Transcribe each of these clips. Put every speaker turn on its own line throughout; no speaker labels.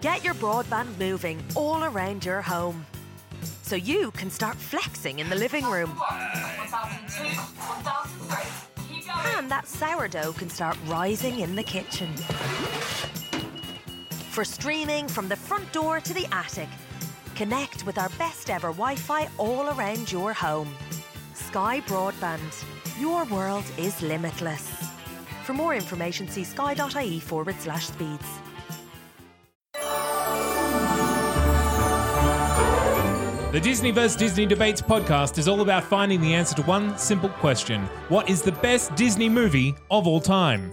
get your broadband moving all around your home. So you can start flexing in the living room. And that sourdough can start rising in the kitchen. For streaming from the front door to the attic, connect with our best ever Wi Fi all around your home. Sky Broadband. Your world is limitless. For more information, see sky.ie E forward slash speeds.
The Disney vs. Disney Debates podcast is all about finding the answer to one simple question What is the best Disney movie of all time?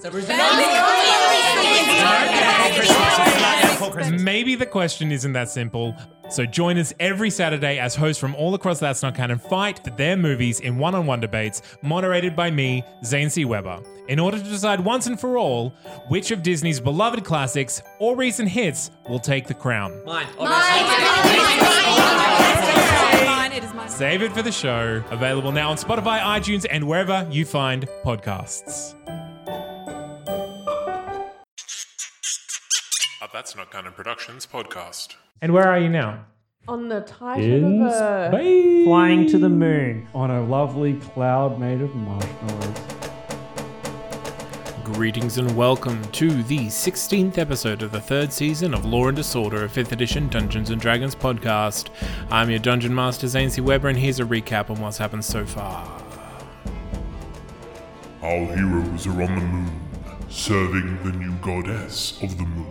Maybe the question isn't that simple. So join us every Saturday as hosts from all across That's Not Canon fight for their movies in one-on-one debates moderated by me, Zane C. Weber, in order to decide once and for all which of Disney's beloved classics or recent hits will take the crown.
Mine.
Mine, it is mine.
Save it for the show. Available now on Spotify, iTunes, and wherever you find podcasts.
A That's Not Canon Productions podcast.
And where are you now?
On the title of a
Flying to the moon on a lovely cloud made of marshmallows.
Greetings and welcome to the 16th episode of the third season of Law and Disorder, a 5th edition Dungeons and Dragons podcast. I'm your Dungeon Master, Zane C. Weber, and here's a recap on what's happened so far.
Our heroes are on the moon, serving the new goddess of the moon,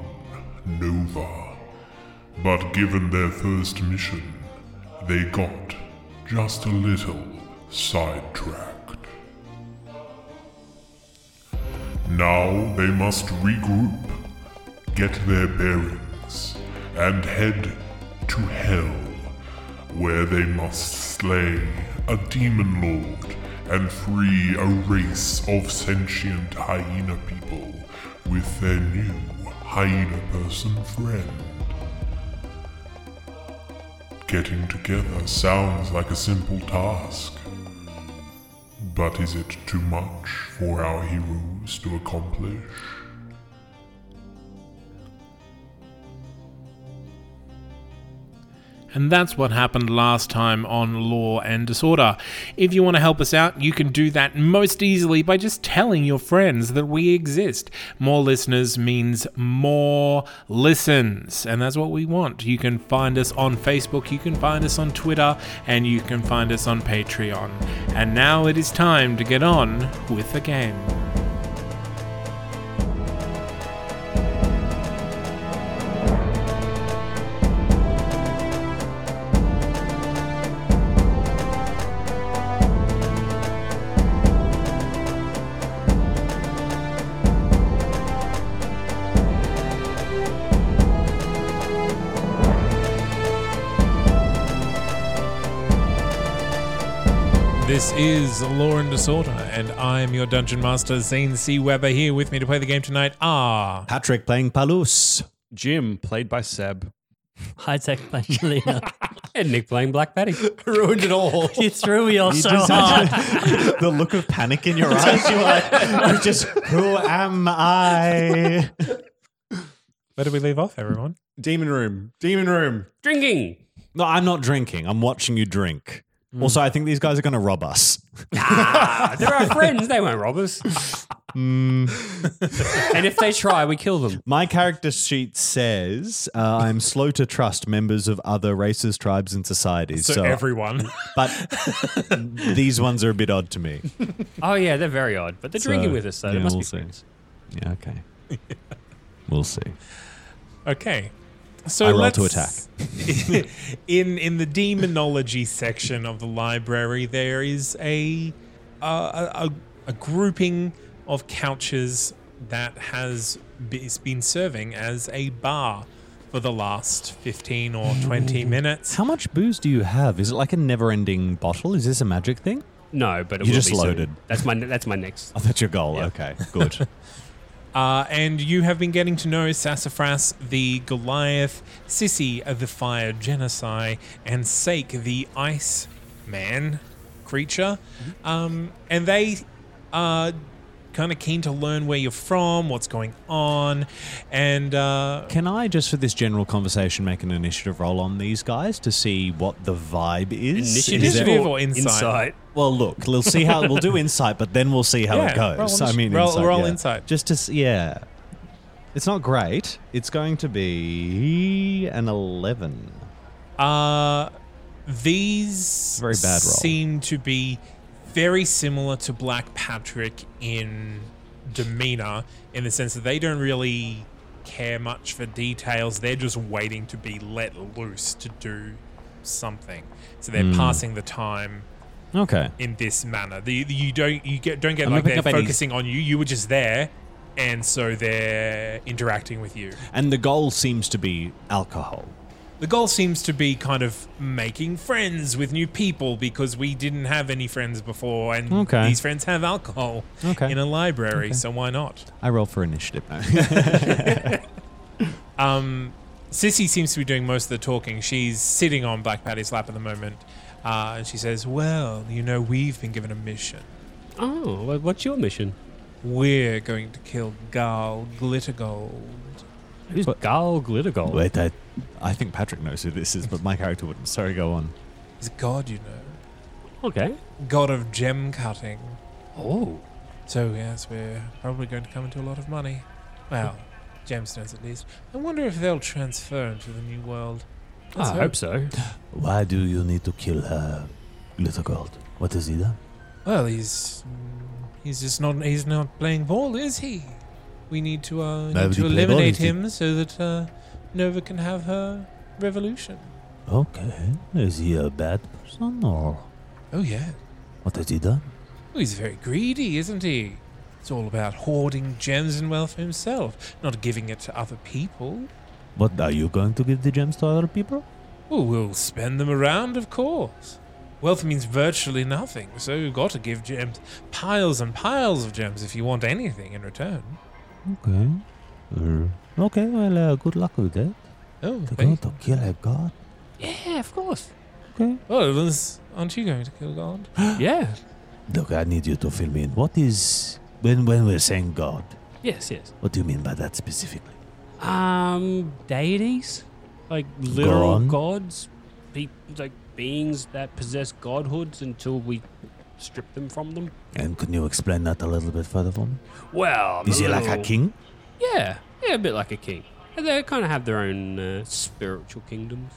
Nova. But given their first mission, they got just a little sidetracked. Now they must regroup, get their bearings, and head to hell, where they must slay a demon lord and free a race of sentient hyena people with their new hyena person friend. Getting together sounds like a simple task. But is it too much for our heroes to accomplish?
And that's what happened last time on Law and Disorder. If you want to help us out, you can do that most easily by just telling your friends that we exist. More listeners means more listens, and that's what we want. You can find us on Facebook, you can find us on Twitter, and you can find us on Patreon. And now it is time to get on with the game.
This is Law and Disorder, and I'm your Dungeon Master, Zane C. Weber. Here with me to play the game tonight Ah, are.
Patrick playing Palus.
Jim, played by Seb.
High tech Angelina.
And Nick playing Black Patty.
Ruined it all.
you threw me off so hard.
the look of panic in your eyes. You're like, you just, who am I?
Where did we leave off, everyone?
Demon room. Demon room.
Drinking.
No, I'm not drinking. I'm watching you drink.
Hmm.
Also, I think these guys are going to rob us.
They're our friends. They won't rob us.
Mm.
and if they try, we kill them.
My character sheet says uh, I'm slow to trust members of other races, tribes, and societies. So, uh,
So, everyone.
but these ones are a bit odd to me.
Oh yeah, they're very odd, but they're drinking
So,
with us, so
yeah,
they must
we'll
be
see.
friends.
Yeah, okay. We'll see.
Okay. So
I roll to
let's- in in the demonology section of the library, there is a uh, a, a, a grouping of couches that has be, it's been serving as a bar for the last fifteen or twenty minutes.
How much booze do you have? Is it like a never-ending bottle? Is this a magic thing?
No, but it
You
will
just
be soon.
loaded.
That's my that's my next.
Oh, that's your goal. Okay, good.
Uh, and you have been getting to know Sassafras the Goliath, Sissy uh, the Fire Genocide, and Sake the Ice Man creature. Um, and they uh, kind of keen to learn where you're from, what's going on, and uh,
Can I just for this general conversation make an initiative roll on these guys to see what the vibe is? Is
Initiative
there-
or insight? Insight.
Well, look, we'll see how we'll do insight, but then we'll see how it
Yeah,
goes.
roll
I
initi-
mean,
roll-
insight,
roll
yeah.
insight.
Just to s- yeah, it's not great. It's going to be an eleven.
Uh, these
Very bad roll.
seem to be very similar to Black Patrick in demeanor, in the sense that they don't really care much for details. They're just waiting to be let loose to do something. So they're
Mm.
passing the time.
Okay.
In this manner, the, the- you don't you get don't get
I'm gonna
like
pick
they're
up any-
focusing on you. You were just there, and so they're interacting with you.
And the goal seems to be alcohol.
The goal seems to be kind of making friends with new people because we didn't have any friends before, and
Okay.
these friends have alcohol
Okay.
in a library,
Okay.
so why not?
I roll for initiative. No.
Um, Sissy seems to be doing most of the talking. She's sitting on Black Patty's lap at the moment, uh, and she says, "Well, you know, we've been given a mission.
Oh, wha- what's your mission?
We're going to kill Gal Glittergold."
Who's Gal Glittergold?
Wait, I, I think Patrick knows who this is, but my character wouldn't. Sorry, go on.
He's a god, you know,
Okay.
god of gem cutting.
Oh.
So yes, we're probably going to come into a lot of money. Well, gemstones at least. I wonder if they'll transfer into the new world.
Ah,
Let's
Why do you need to kill her, Little Gold? What has he done?
Well, he's mm, he's just not he's not playing ball, is he? We need to uh, need
Nobody
to
play ball,
eliminate
is he?
him so that uh, Nova can have her revolution.
Okay. Is he a bad person or
Oh yeah,
what has he done?
Well, he's very greedy, isn't he? It's all about hoarding gems and wealth for himself, not giving it to other people.
What are you going to give the gems to other people?
Well, we'll spend them around, of course. Wealth means virtually nothing, so you've got to give gems, piles and piles of gems, if you want anything in return.
Okay. Uh, okay. Well, uh, good luck with that.
Oh,
They're
thank
going to kill a god.
Yeah, of course.
Okay.
Oh, Well, unless- aren't you going to kill God?
yeah.
Look, I need you to fill me in. What is when when we're saying god?
Yes, yes.
What do you mean by that specifically?
Um, deities, like literal
Gone.
gods, be- like beings that possess godhoods until we strip them from them.
And can you explain that a little bit further for me?
Well, I'm
is he like
Oh.
a
little-
king?
Yeah, yeah, a bit like a king. And They kind of have their own uh, spiritual kingdoms.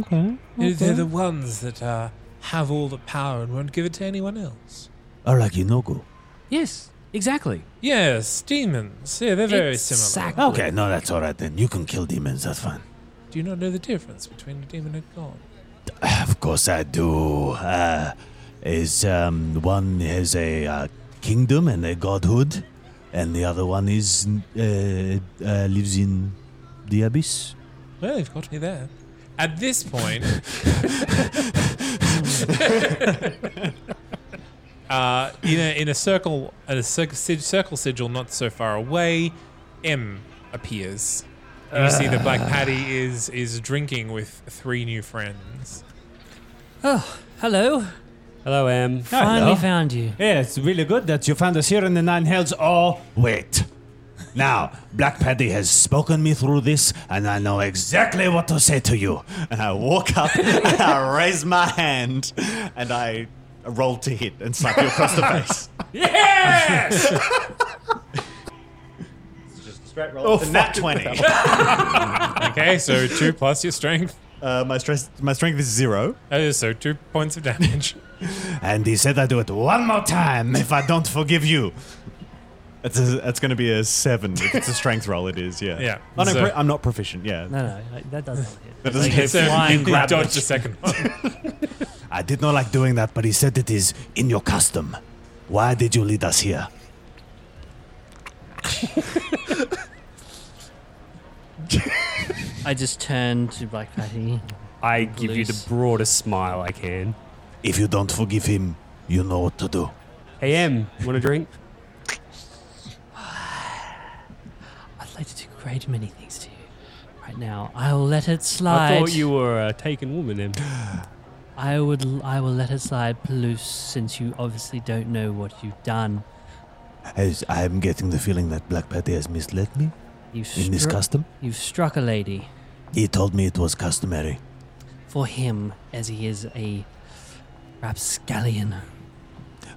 Okay.
You know, They're the ones that uh, have all the power and won't give it to anyone else.
Arakinogo.
Yes, exactly.
Yes, demons. Yeah, they're very similar.
Exactly.
Okay, no, that's all right then. You can kill demons. That's fine.
Do you not know the difference between a demon and God?
Of course I do. Uh, is um, one has a uh, kingdom and a godhood, and the other one is uh, uh, lives in the abyss.
Well, you've got me there. At this point, uh, in a in a circle, at a cir- sig- circle sigil not so far away, M appears. And you see that Black Patty is is drinking with three new friends.
Oh, hello.
Hello, Em.
Finally found you.
Yeah, it's really good that you found us here in the Nine Hells. Oh,
Wait. Now, Black Paddy has spoken me through this, and I know exactly what to say to you.
and I walk up and I raise my hand and I roll to hit and slap you across the face.
Yes!
Straight roll.
Oh,
The nat
fuck.
twenty.
Okay, so two plus your strength.
Uh, my stress, my strength is zero.
Oh, so two points of damage.
and he said I do it one more time if I don't forgive you. That's a, that's going to be a seven. If it's a strength roll, it is. Yeah.
Yeah,
Oh, no,
so-
pro- I'm not proficient. Yeah.
No, no, like, that doesn't hit.
That doesn't
Like,
hit.
it's
So you
flying
can
grab
dodge
it.
The second one.
I did not like doing that, but he said it is in your custom. Why did you lead us here?
I just turn to Black Patty.
I give you the broadest smile I can.
If you don't forgive him, you know what to do.
Hey, Em, want a drink?
I'd like to do great many things to you. Right now, I will let it slide.
I thought you were a taken woman, Em.
I would. I will let it slide, Palouse, since you obviously don't know what you've done.
Has, I'm getting the feeling that Black Patty has misled me
You've
in this
struck-
custom.
You've struck a lady.
He told me it was customary.
For him, as he is a rapscallion.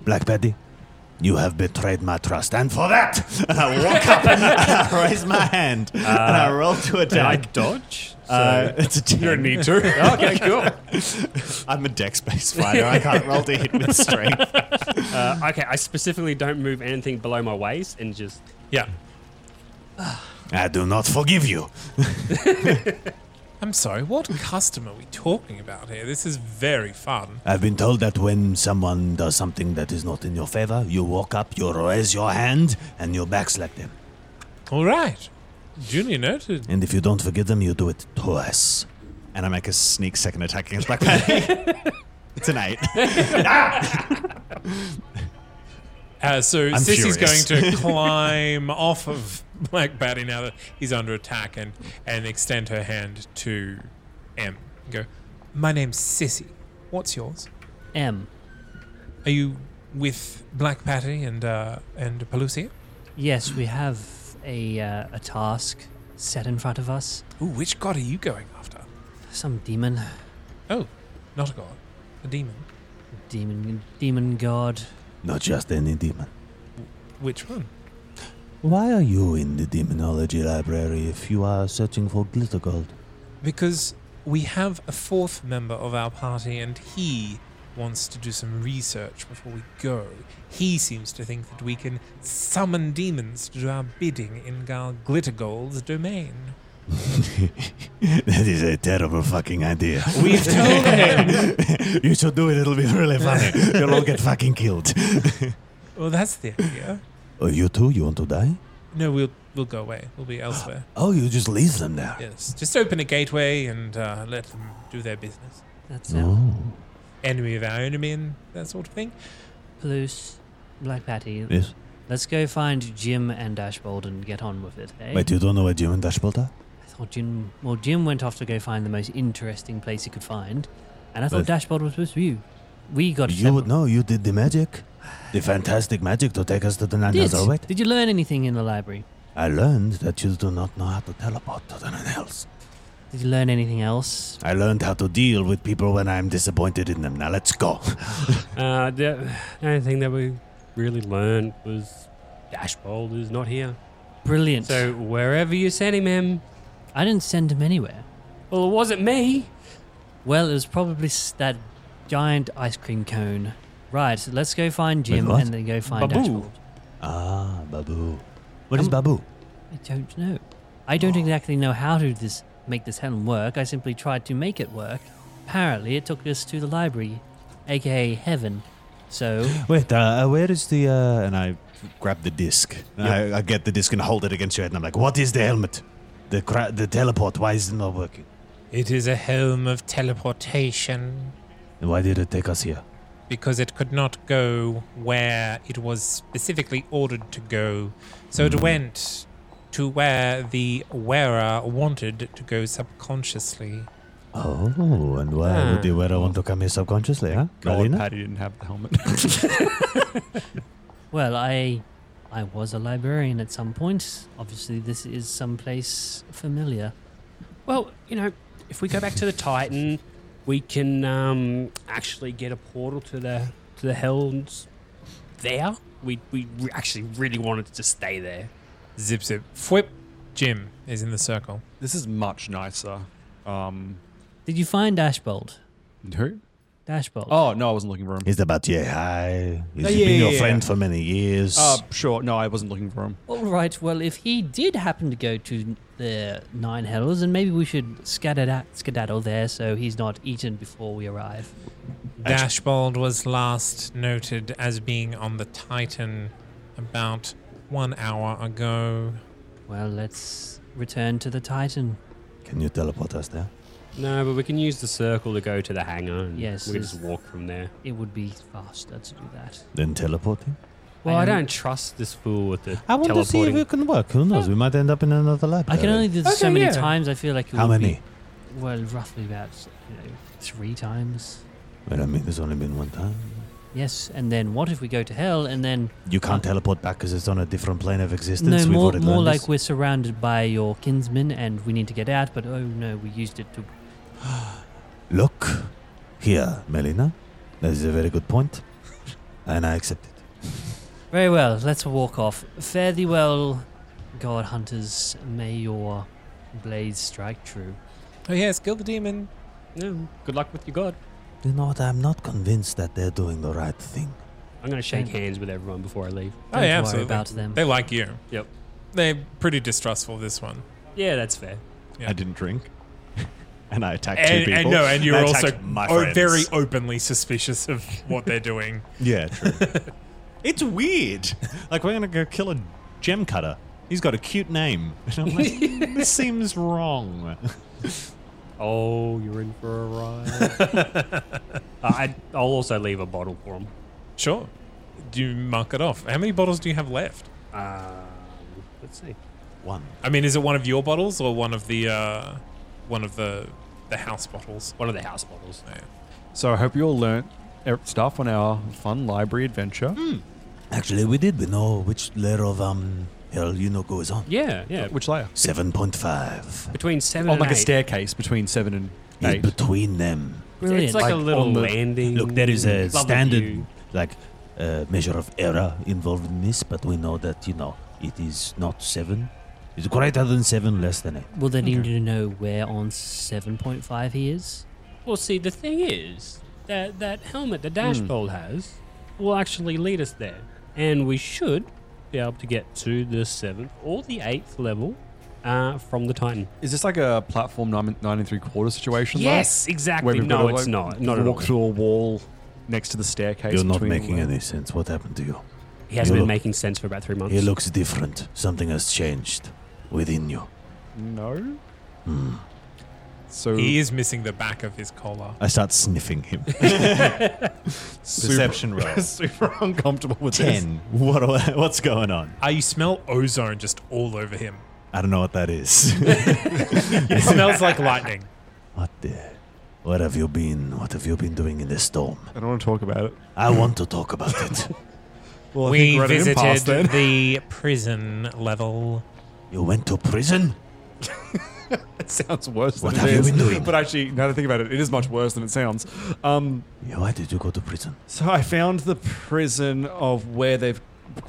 Black Patty, you have betrayed my trust, and for that, and I walk up, and I raise my hand, and I roll to attack.
Can I dodge?
Uh,
So-
it's a ten.
You don't need to. Okay,
cool. I'm a dex-based fighter. I can't roll to hit with strength.
Uh, okay, I specifically don't move anything below my waist and just.
Yeah.
I do not forgive you.
I'm sorry, what custom are we talking about here? This is very fun.
I've been told that when someone does something that is not in your favor, you walk up, you raise your hand, and you backslap them.
All right. Junior noted.
And if you don't forgive them, you do it twice.
And I make a sneak second attack against Black Patty. it's an eight.
Uh, so
I'm
Sissy's
furious.
going to climb off of Black Batty now that he's under attack and, and extend her hand to M. And go, My name's Sissy. What's yours?
M.
Are you with Black Patty and uh, and Pelusia?
Yes, we have a, uh, a task set in front of us.
Ooh, which god are you going after?
Some demon.
Oh, not a god, a demon.
Demon, demon god.
Not just any demon.
Which one?
Why are you in the demonology library if you are searching for glitter gold?
Because we have a fourth member of our party and he wants to do some research before we go. He seems to think that we can summon demons to do our bidding in Gal Glittergold's domain.
that is a terrible fucking idea.
We've told him.
you should do it. It'll be really funny. You'll all get fucking killed.
Well, that's the idea.
oh, you too? You want to die?
No, we'll we'll go away. We'll be elsewhere.
Oh, you just leave them there.
Yes, just open a gateway and uh, let them do their business.
That's it.
No.
Enemy of our enemy and that sort of thing.
Plus, Black Patty.
Yes.
Let's go find Jim and Dashbold and get on with it, eh?
Wait, you don't know where Jim and Dashbolt are?
I thought Jim. Well, Jim went off to go find the most interesting place he could find, and I thought
But-
Dashbold was with you. We got
You would know. You did the magic. The fantastic magic to take us to the Nine
did.
Hells Orbit.
did you learn anything in the library?
I learned that you do not know how to teleport to the Nine Hells.
Did you learn anything else?
I learned how to deal with people when I'm disappointed in them. Now let's go.
Uh, the the only thing that we really learned was Dashbold is not here.
Brilliant.
So wherever you sent him, him.
I didn't send him anywhere.
Well, it wasn't me.
Well, it was probably s- that giant ice cream cone. Right. So let's go find Jim
what?
and then go find
Babu.
Dashbold.
ah, Babu. Um, What is Babu?
I don't know. I don't exactly know how to this make this Helen work. I simply tried to make it work. Apparently, it took us to the library, aka heaven. So
Wait, uh, uh, where is the? Uh, and I grab the disc. And I, I get the disc and hold it against your head, and I'm like, "What is the helmet? The cra- the teleport? Why is it not working?
It is a helm of teleportation
And why did it take us here?
because it could not go where it was specifically ordered to go. So it went to where the wearer wanted to go subconsciously.
Oh, and why would the wearer want to come here subconsciously? Huh?
Ah. God,
Marlena?
Patty didn't have the helmet.
Well, I I was a librarian at some point. Obviously, this is someplace familiar.
Well, you know, if we go back to the Titan, we can um, actually get a portal to the to the Helms. There, we we re- actually really wanted to stay there.
Zip zip. Whip. Jim is in the circle.
this is much nicer. Um,
Did you find Dashbold?
who?
Dashbold.
Oh no, I wasn't looking for him.
He's about yeah hi. He's
Yeah,
been
yeah,
your
yeah,
friend
yeah.
for many years.
Uh, sure. No, I wasn't looking for him.
All right. Well, if he did happen to go to the Nine Hells, then maybe we should scatter that skedaddle there, so he's not eaten before we arrive.
Dashbold was last noted as being on the Titan about one hour ago.
Well, let's return to the Titan.
Can you teleport us there?
No, but we can use the circle to go to the hangar. And
Yes,
we can
is-
just walk from there.
It would be faster to do that. Um,
Then teleporting?
Well, I,
I
don't trust this fool with the
I want to see if
teleporting.
it can work. Who knows? We might end up in another lab.
I can only do this so
Okay,
many
yeah.
times. I feel like it
How
would be-
many?
well, roughly about you know three times.
Well, I mean, there's only been one time.
Yes, and then what if we go to hell and then
You can't teleport back because it's on a different plane of existence.
no
We've
more
already
more
learned
like
this.
we're surrounded by your kinsmen and we need to get out, but oh no, we used it to
Look here, Melina. That is a very good point, and I accept it.
Very well, let's walk off. Fare thee well, God hunters. May your blades strike true.
Oh yes, kill the demon.
No, good luck with your god.
You know what? I'm not convinced that they're doing the right thing.
I'm gonna shake hands with everyone before I leave.
Oh, yeah, absolutely. They like you.
Yep.
They're pretty distrustful of this one.
Yeah, that's fair.
I didn't drink. And I attacked
And,
two people.
and no, and you're
I attacked
also
my
o-
friends.
very openly suspicious of what they're doing.
Yeah, true. it's weird. Like we're gonna go kill a gem cutter. He's got a cute name. And I'm like, this seems wrong.
Oh, you're in for a ride. uh, I, I'll also leave a bottle for him.
Sure. Do you mark it off? How many bottles do you have left?
Um, let's see.
One.
I mean, is it one of your bottles or one of the uh, one of the the house bottles?
One of the house bottles.
So I hope you all learnt er- stuff on our fun library adventure.
Actually, we did. We know which layer of um hell you know goes on.
Yeah, yeah.
Which layer?
Seven point five.
Between seven
on
and
like a
eight.
staircase between seven and
Is
eight.
between them.
Brilliant. It's like a little
on
landing.
Look, there is
Mm,
a
Lovely
standard
view.
like uh, measure of error involved in this, but we know that you know it is not seven. It's greater than seven, less than eight.
Will they need to know where on 7.5 he is?
Well, see, the thing is that that helmet the dashbolt has will actually lead us there, and we should be able to get to the seventh or the eighth level uh, from the Titan.
Is this like a platform nine, nine and three quarter situation? though?
Yes, exactly.
Where we've
No,
gotta,
it's
like,
not. Not at
walk
all.
through a wall next to the staircase.
You're not
between the
making
walls.
any sense. What happened to you?
He hasn't
You
been
look-
making sense for about three months.
He looks different. Something has changed within you.
No. So
He is missing the back of his collar.
I start sniffing him.
Perception roll.
super uncomfortable with this.
Ten. What do I- what's going on?
Ah, you smell ozone just all over him.
I don't know what that is.
It smells like lightning.
What the? Where have you been? What have you been doing in this storm?
I don't want to talk about it.
I want to talk about it.
Well, I
we
think we're at an impasse
visited
then.
the prison level.
You went to prison?
It sounds worse
What
than
have
it
you
is.
been doing?
But actually, now that I think about it, it is much worse than it sounds. Um,
Yeah, why did you go to prison?
so I found the prison of where they've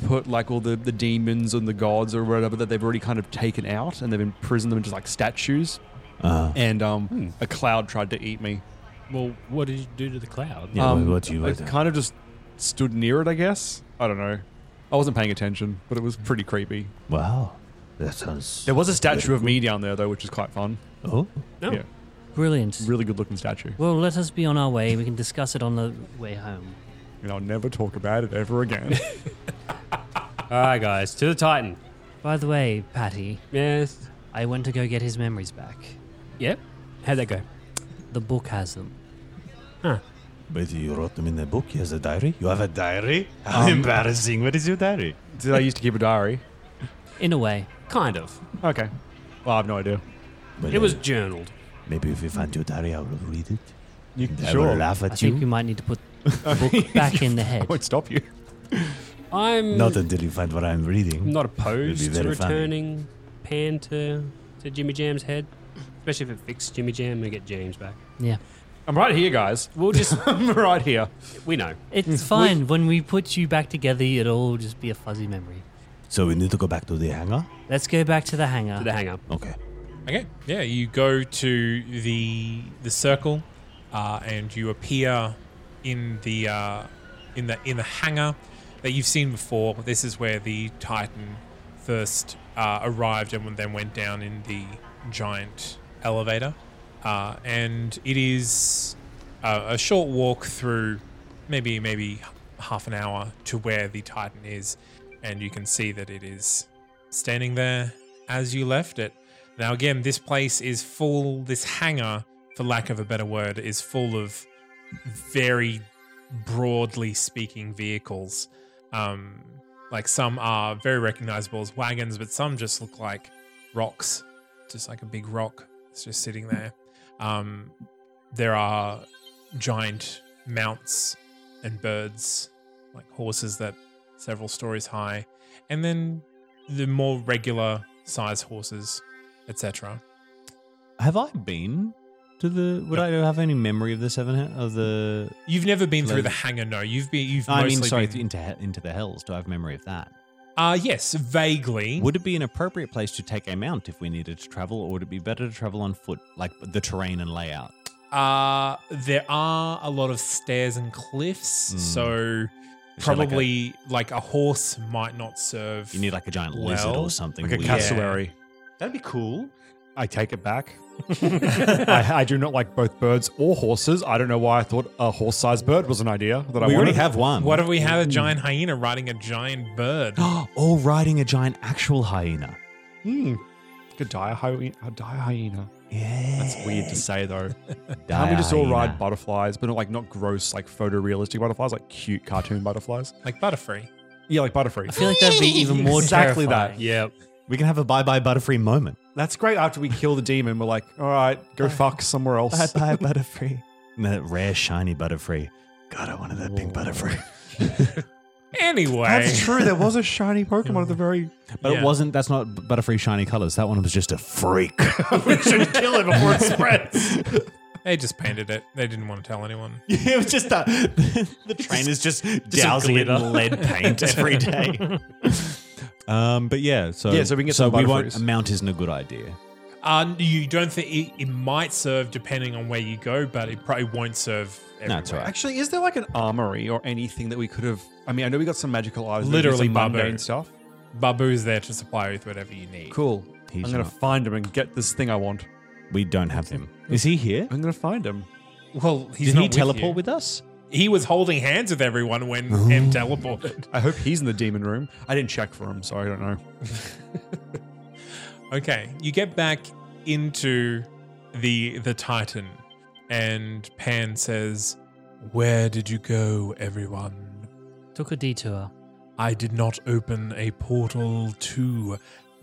put like all the, the demons and the gods or whatever that they've already kind of taken out and they've imprisoned them into like statues.
Uh,
And um, a cloud tried to eat me.
Well, what did you do to the cloud?
yeah,
um,
what- what you
I
what-
kind of just stood near it, I guess. I don't know. I wasn't paying attention, but it was pretty creepy.
Wow, that sounds.
There was a statue of me down there though, which is quite fun.
Oh,
No.
Yeah.
Brilliant.
Really good looking statue.
Well, let us be on our way. We can discuss it on the way home.
And I'll never talk about it ever again.
All right, guys, to the Titan.
By the way, Patty,
Yes.
I went to go get his memories back.
Yep. How'd that go?
The book has them.
but you wrote them in a book. He has a diary. You have a diary. How
Um,
embarrassing! What is your diary?
Did I used to keep a diary?
In a way.
Kind of.
Okay. Well, I have no idea.
Well,
It was
uh,
journaled.
Maybe if we find your diary, I will read it.
You
and I
sure?
will laugh
I
at
think we
you.
might need to put the book back in the
I
head.
won't stop you.
I'm
Not until you find what I'm reading.
not
It'd
opposed
be
to
very funny.
returning Pan to, to Jimmy Jam's head, especially if it fixed Jimmy Jam and get James back.
Yeah.
I'm right here, guys. We'll just. I'm right here.
We know.
It's fine. When we put you back together, it'll all just be a fuzzy memory.
So we need to go back to the hangar.
Let's go back to the hangar.
To the hangar.
Okay.
Okay. Yeah, you go to the the circle, uh, and you appear in the uh, in the in the hangar that you've seen before. This is where the Titan first uh, arrived, and then went down in the giant elevator. Uh, and it is uh, a, a short walk through, maybe maybe half an hour to where the Titan is, and you can see that it is standing there as you left it. Now, again, this place is full, this hangar, for lack of a better word, is full of very broadly speaking vehicles. Um, like some are very recognizable as wagons, but some just look like rocks, just like a big rock that's just sitting there. Um, there are giant mounts and birds, like horses that several stories high, and then the more regular size horses, etc.
Have I been to the? Would I have any memory of the seven he- of the?
You've never been through
Like-
the hangar, no. You've been. You've
I
mostly
mean, sorry,
been-
into he- into the hells. Do I have memory of that?
Uh yes, vaguely.
Would it be an appropriate place to take a mount if we needed to travel, or would it be better to travel on foot, like the terrain and layout?
Uh, there are a lot of stairs and cliffs,
Mm.
so
So like a-
probably like a, horse might not serve.
You need like a giant
well.
lizard or something.
Yeah.
weird.
That'd be cool.
I take it back. I, I do not like both birds or horses. I don't know why I thought a horse-sized bird was an idea that I
We already
wanted.
have one.
What if we have a
Hmm.
giant hyena riding a giant bird?
or riding a giant actual hyena.
Hmm. Could die a hyena. Die a hyena.
Yeah.
That's weird to say though. Can't we just all ride butterflies, but not like not gross, like photorealistic butterflies, like cute cartoon butterflies?
Like Butterfree.
Yeah, like Butterfree.
I feel like that'd be even more
exactly
terrifying.
that.
Yeah.
We can have a bye bye butterfree moment.
That's great. After we kill the demon, we're like, all right, go fuck somewhere else.
Bye-bye, butterfree. And that rare shiny butterfree. God, I wanted that pink butterfree.
Anyway,
That's true. There was a shiny Pokemon at the very.
But
Yeah.
it wasn't. That's not butterfree shiny colors. That one was just a freak.
we should kill it before it spreads.
They just painted it. They didn't want to tell anyone.
it was just a, the train is just
a
dousing it
glitter.
in lead paint every day. um, but yeah, so
Yeah, so we can get some
we won't.
butterfrees.
A mount isn't a good idea.
Uh, you don't think it, it might serve depending on where you go, but it probably won't serve. Everywhere.
it's all right.
Actually, is there like an armory or anything that we could have? I mean, I know we got some magical items,
Literally
some mundane
Babu.
stuff.
Babu's there to supply you with whatever you need.
Cool.
He's
I'm gonna
not-
find him and get this thing I want.
We don't have him. Is he here?
I'm gonna find him.
Well, he's
Did
not
he
with
teleport
you.
with us?
He was holding hands with everyone when M teleported.
I hope he's in the demon room. I didn't check for him, so I don't know.
Okay, you get back into the the Titan, and Pan says, "Where did you go, everyone?
Took a detour.
I did not open a portal to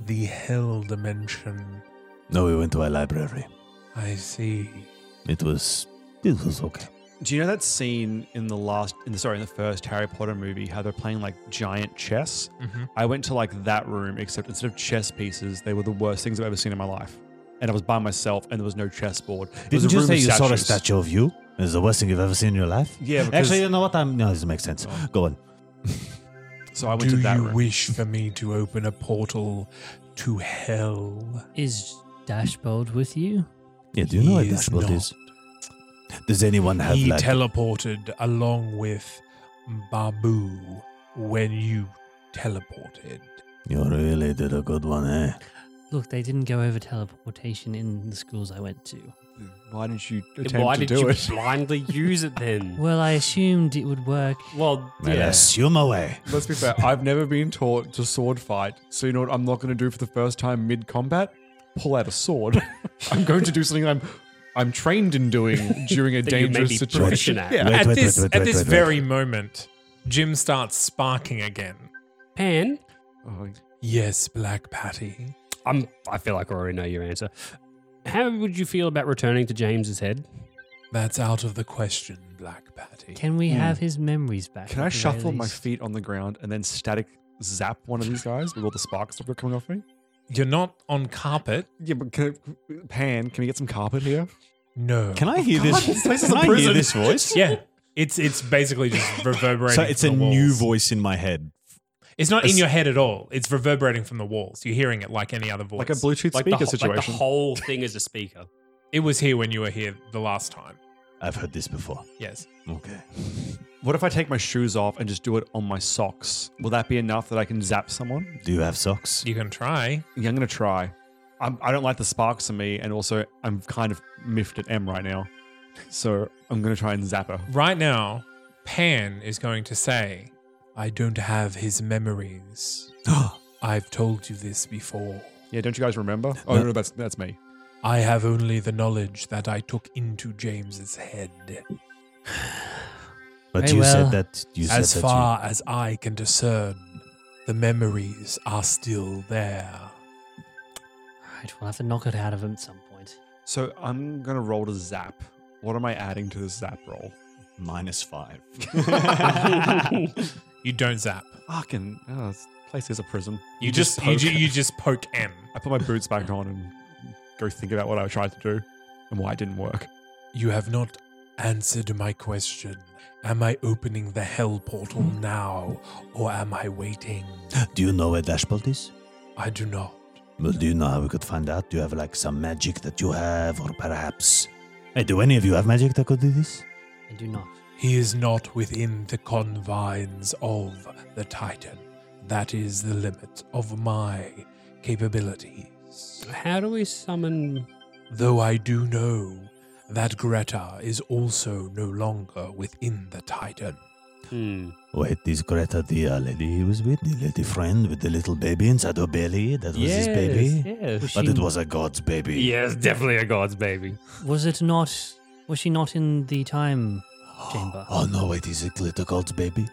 the Hell dimension.
No, we went to a library.
I see.
It was it was okay.
Do you know that scene in the last, in the, sorry, in the first Harry Potter movie, how they're playing like giant chess?
Mhm.
I went to like that room, except instead of chess pieces, they were the worst things I've ever seen in my life. And I was by myself, and there was no chessboard. It was
Didn't you
room
say
of
you saw a
statues.
statue of you? It's the worst thing you've ever seen in your life.
Yeah, because-
actually, you know what? I'm no, this makes sense.
Oh.
Go on.
So I went
Do
to
you
that room.
wish for me to open a portal to Hell?
Is Dashbold with you?
Yeah, do you know what
He is
dashboard
not.
is? Does anyone have
He
like?
teleported along with Babu when you teleported."
you really did a good one, eh?
Look, they didn't go over teleportation in the schools I went to.
Why didn't you attempt
Why
to
did
do
you
it?
blindly use it then?
Well, I assumed it would work.
Well,
Well, Assume away.
Let's be fair. I've never been taught to sword fight, so you know what I'm not going to do for the first time mid combat? Pull out a sword. I'm going to do something I'm I'm trained in doing during a
That you may
dangerous
be
situation.
proficient at.
Yeah.
Wait,
at
wait,
this,
wait, wait,
at
wait,
this
wait, wait.
very moment, Jim starts sparking again.
Pan,
Oh,
Yes, Black Patty.
I'm. I feel like I already know your answer. How would you feel about returning to James's head?
That's out of the question, Black Patty.
Can we have his memories back?
Can
at
I
the very
shuffle my
least?
feet on the ground and then static zap one of these guys with all the sparks that are coming off me?
You're not on carpet.
Yeah, but can, Pan, can we get some carpet here?
No.
Can I hear
God,
this?
this place is
can
a
I hear
prison.
this voice?
Yeah. It's it's basically just reverberating.
So it's a
from the
new
walls.
voice in my head.
It's not in your head at all. It's reverberating from the walls. You're hearing it like any other voice.
Like a Bluetooth speaker
the, whole- like the
situation.
whole thing is a speaker.
it was here when you were here the last time.
I've heard this before.
Yes.
Okay.
what if I take my shoes off and just do it on my socks? Will that be enough that I can zap someone?
Do you have socks?
You can try.
Yeah, I'm gonna try. I'm, I don't like the sparks in me, and also I'm kind of miffed at M right now, so I'm gonna try and zap her.
Right now, Pan is going to say, I don't have his memories. I've told you this before.
Yeah, don't you guys remember? Oh no, that's that's me.
I have only the knowledge that I took into James's head.
But
Very
you
well.
said that you said
As
that
far as I can discern, the memories are still there.
Alright, we'll have to knock it out of him at some point.
So I'm gonna roll to zap. What am I adding to this zap roll?
minus five.
you don't zap.
Fucking oh, this place is a prison.
You just- you ju- you just poke M.
I put my boots back on and go think about what I tried to do and why it didn't work.
You have not answered my question. Am I opening the hell portal now, or am I waiting?
Do you know where Dashbolt is?
I do not.
Well, do you know how we could find out? Do you have like some magic that you have, or perhaps? Hey, do any of you have magic that could do this?
I do not.
He is not within the confines of the Titan. That is the limit of my capability.
How do we summon?
Though I do know that Greta is also no longer within the Titan.
Hmm.
Wait, is Greta the uh, lady he was with, the lady friend with the little baby inside her belly? That was
Yes,
his baby.
yes. Was
But
she-
it was a god's baby.
Yes, definitely a god's baby.
Was it not? Was she not in the time chamber?
Oh no, wait, is it Glitter God's baby?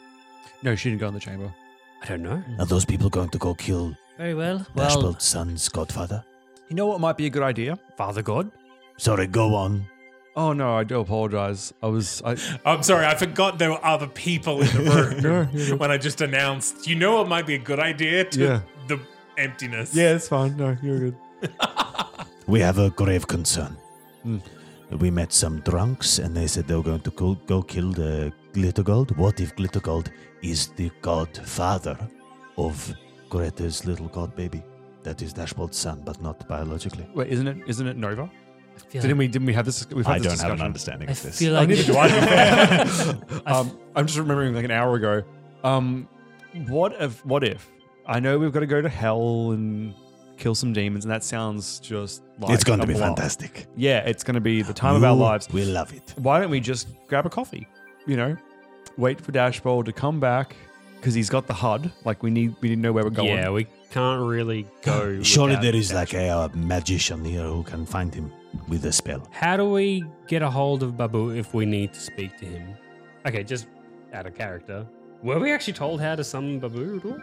No, she didn't go in the chamber.
I don't know.
Are those people going to go kill
Very well. Well,
Dashbolt's son's godfather?
You know what might be a good idea?
Father God.
Sorry, go on.
Oh no, I do apologize. I was I
I'm sorry, I forgot there were other people in the
you're
room when I just announced, you know what might be a good idea to
Yeah.
the emptiness.
Yeah, it's fine. No, you're good.
We have a grave concern. We met some drunks and they said they were going to go, go kill the Glittergold. What if Glittergold is the godfather of Greta's little god baby? That is Dashbolt's son, but not biologically.
Wait, isn't it isn't it Nova?
feel
Didn't
like-
we didn't we have this? We've had
I
this
don't have an
discussion.
understanding of this.
feel like-
Oh, neither do I. to be fair.
I f-
um, I'm just remembering like an hour ago. Um, what if? What if? I know we've got to go to hell and kill some demons, and that sounds just like
It's going to
a
be
blast.
fantastic.
Yeah, it's going to be the time of our
Ooh,
lives.
We love it.
Why don't we just grab a coffee? You know, wait for Dashbowl to come back because he's got the HUD. Like we need, we need to know where we're going.
Yeah, we can't really go.
Surely
without
there is
that.
like a, uh magician here who can find him with a spell.
How do we get a hold of Babu if we need to speak to him? Okay, just out of character. Were we actually told how to summon Babu at all?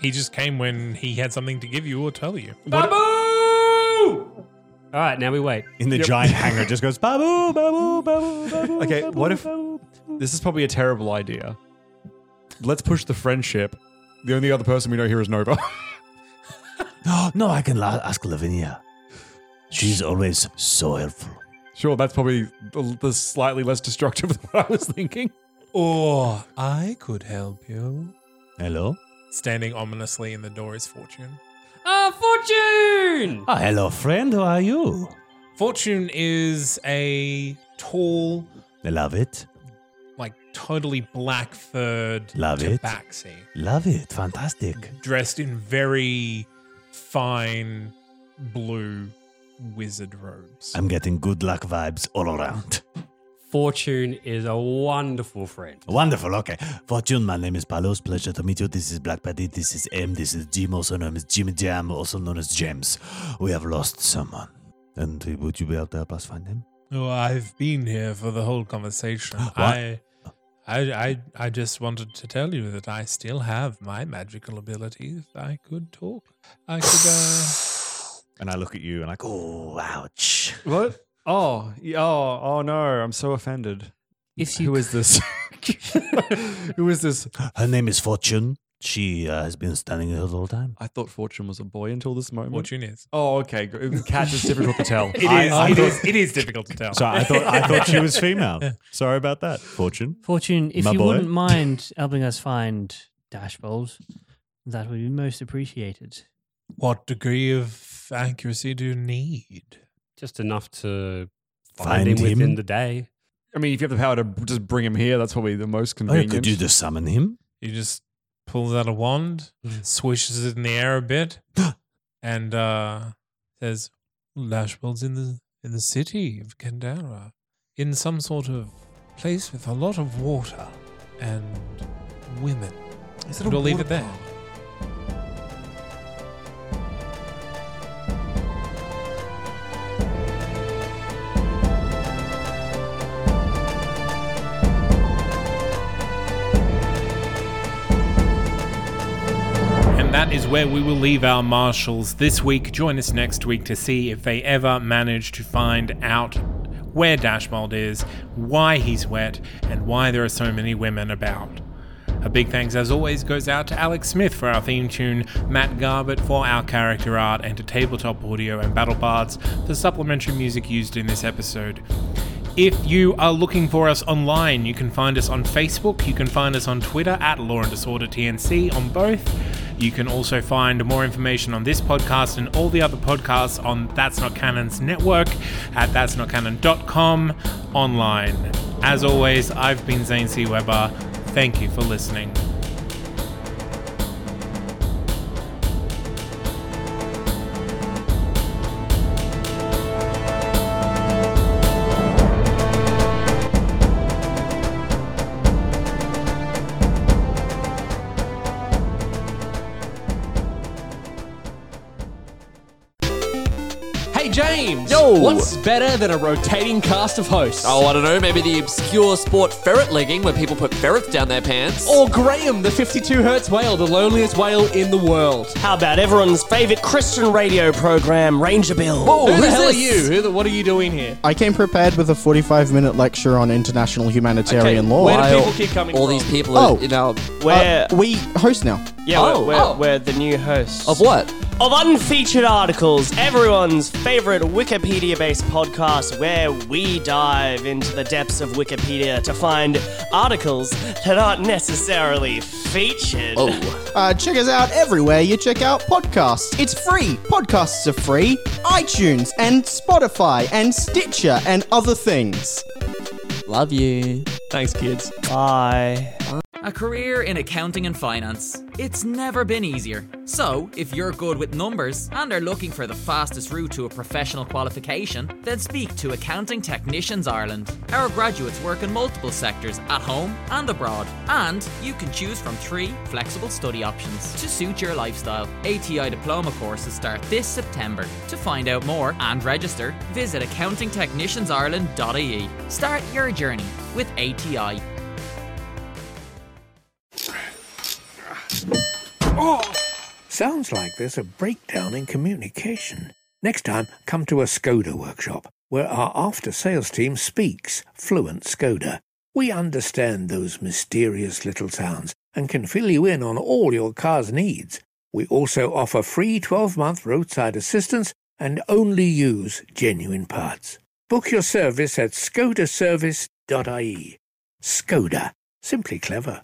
He just came when he had something to give you or tell you.
Babu! All right, now we wait.
In the
giant
hangar just goes,
babu, babu, babu, babu. Okay, what if this is probably a terrible idea? Let's push the friendship. The only other person we know here is Nova.
No, no, I can la- ask Lavinia. She's always so helpful.
sure, that's probably the, the slightly less destructive than what I was thinking.
Or I could help you.
Hello?
Standing ominously in the door is Fortune.
Ah, Fortune!
Ah, hello, friend. Who are you?
Fortune is a tall,
I love it.
like totally black furred
Love it.
tabaxi,
Love it. Fantastic.
dressed in very fine blue wizard robes.
I'm getting good luck vibes all around.
Fortune is a wonderful friend.
Wonderful. Okay. Fortune, my name is Palos. Pleasure to meet you. This is Black Paddy. This is M. This is Jim, also known as Jimmy Jam, also known as James. We have lost someone. And uh, would you be able to help us find him?
Oh, I've been here for the whole conversation.
What?
I, I, I, I just wanted to tell you that I still have my magical abilities. I could talk. I could. Uh,
And I look at you and I go,
Oh, ouch.
What? Oh, yeah, oh, oh no! I'm so offended.
if you
Who is this? Who is this?
Her name is Fortune. She uh, has been standing here the whole time.
I thought Fortune was a boy until this moment.
Fortune is.
Oh, okay. gr- Catch is difficult to tell.
It is.
I- I
it
thought-
is. It is difficult to tell.
So I thought I thought she was female. Sorry about that, Fortune.
Fortune, if
My
you
boy.
wouldn't mind helping us find Dashbolt, that would be most appreciated.
What degree of accuracy do you need?
Just enough to find,
Find
him,
him?
within the day.
I mean, if you have the power to b- just bring him here, that's probably the most
Oh,
convenient.
could you just summon him?
He just pulls out a wand, swishes it in the air a bit, and uh, says, "Lashball's in the in the city of Kandara, in some sort of place with a lot of water and women."
Is
We'll leave it there.
And that is where we will leave our marshals this week. Join us next week to see if they ever manage to find out
where Dashbold is, why he's wet, and why there are so many women about. A big thanks, as always, goes out to Alex Smith for our theme tune, Matt Garbett for our character art, and to Tabletop Audio and Battle Bards for supplementary music used in this episode. If you are looking for us online, you can find us on Facebook, you can find us on Twitter at Law and Disorder TNC on both. You can also find more information on this podcast and all the other podcasts on That's Not Canon's network at that'snotcanon.com online. As always, I've been Zane C. Weber. Thank you for listening.
Hey James!
Yo!
What's better than a rotating cast of hosts?
Oh, I don't know. Maybe the obscure sport ferret legging, where people put ferrets down their pants.
Or Graham, the 52 hertz whale, the loneliest whale in the world.
How about everyone's favourite Christian radio program, Ranger Bill?
Who the hell
this?
are you? Who the, what are you doing here?
I came prepared with a 45 minute lecture on international humanitarian law.
where do people keep coming
All
from?
these people
Oh. uh,
are, you know.
Where-
we host now.
Yeah,
Oh,
we're, we're,
oh.
we're the new hosts.
Of what?
Of unfeatured articles, everyone's favorite Wikipedia based podcast where we dive into the depths of Wikipedia to find articles that aren't necessarily featured.
Oh.
Uh, check us out everywhere you check out podcasts. It's free. Podcasts are free. iTunes and Spotify and Stitcher and other things.
Love you. Thanks, kids.
Bye.
A career in accounting and finance. It's never been easier. So, if you're good with numbers and are looking for the fastest route to a professional qualification, then speak to Accounting Technicians Ireland. Our graduates work in multiple sectors at home and abroad, and you can choose from three flexible study options to suit your lifestyle. ATI diploma courses start this September. To find out more and register, visit accountingtechniciansireland.ie. E. Start your journey with ATI.
Oh! Sounds like there's a breakdown in communication. Next time, come to a Skoda workshop where our after sales team speaks fluent Skoda. We understand those mysterious little sounds and can fill you in on all your car's needs. We also offer free 12 month roadside assistance and only use genuine parts. Book your service at skodaservice.ie. Skoda. E. Simply clever.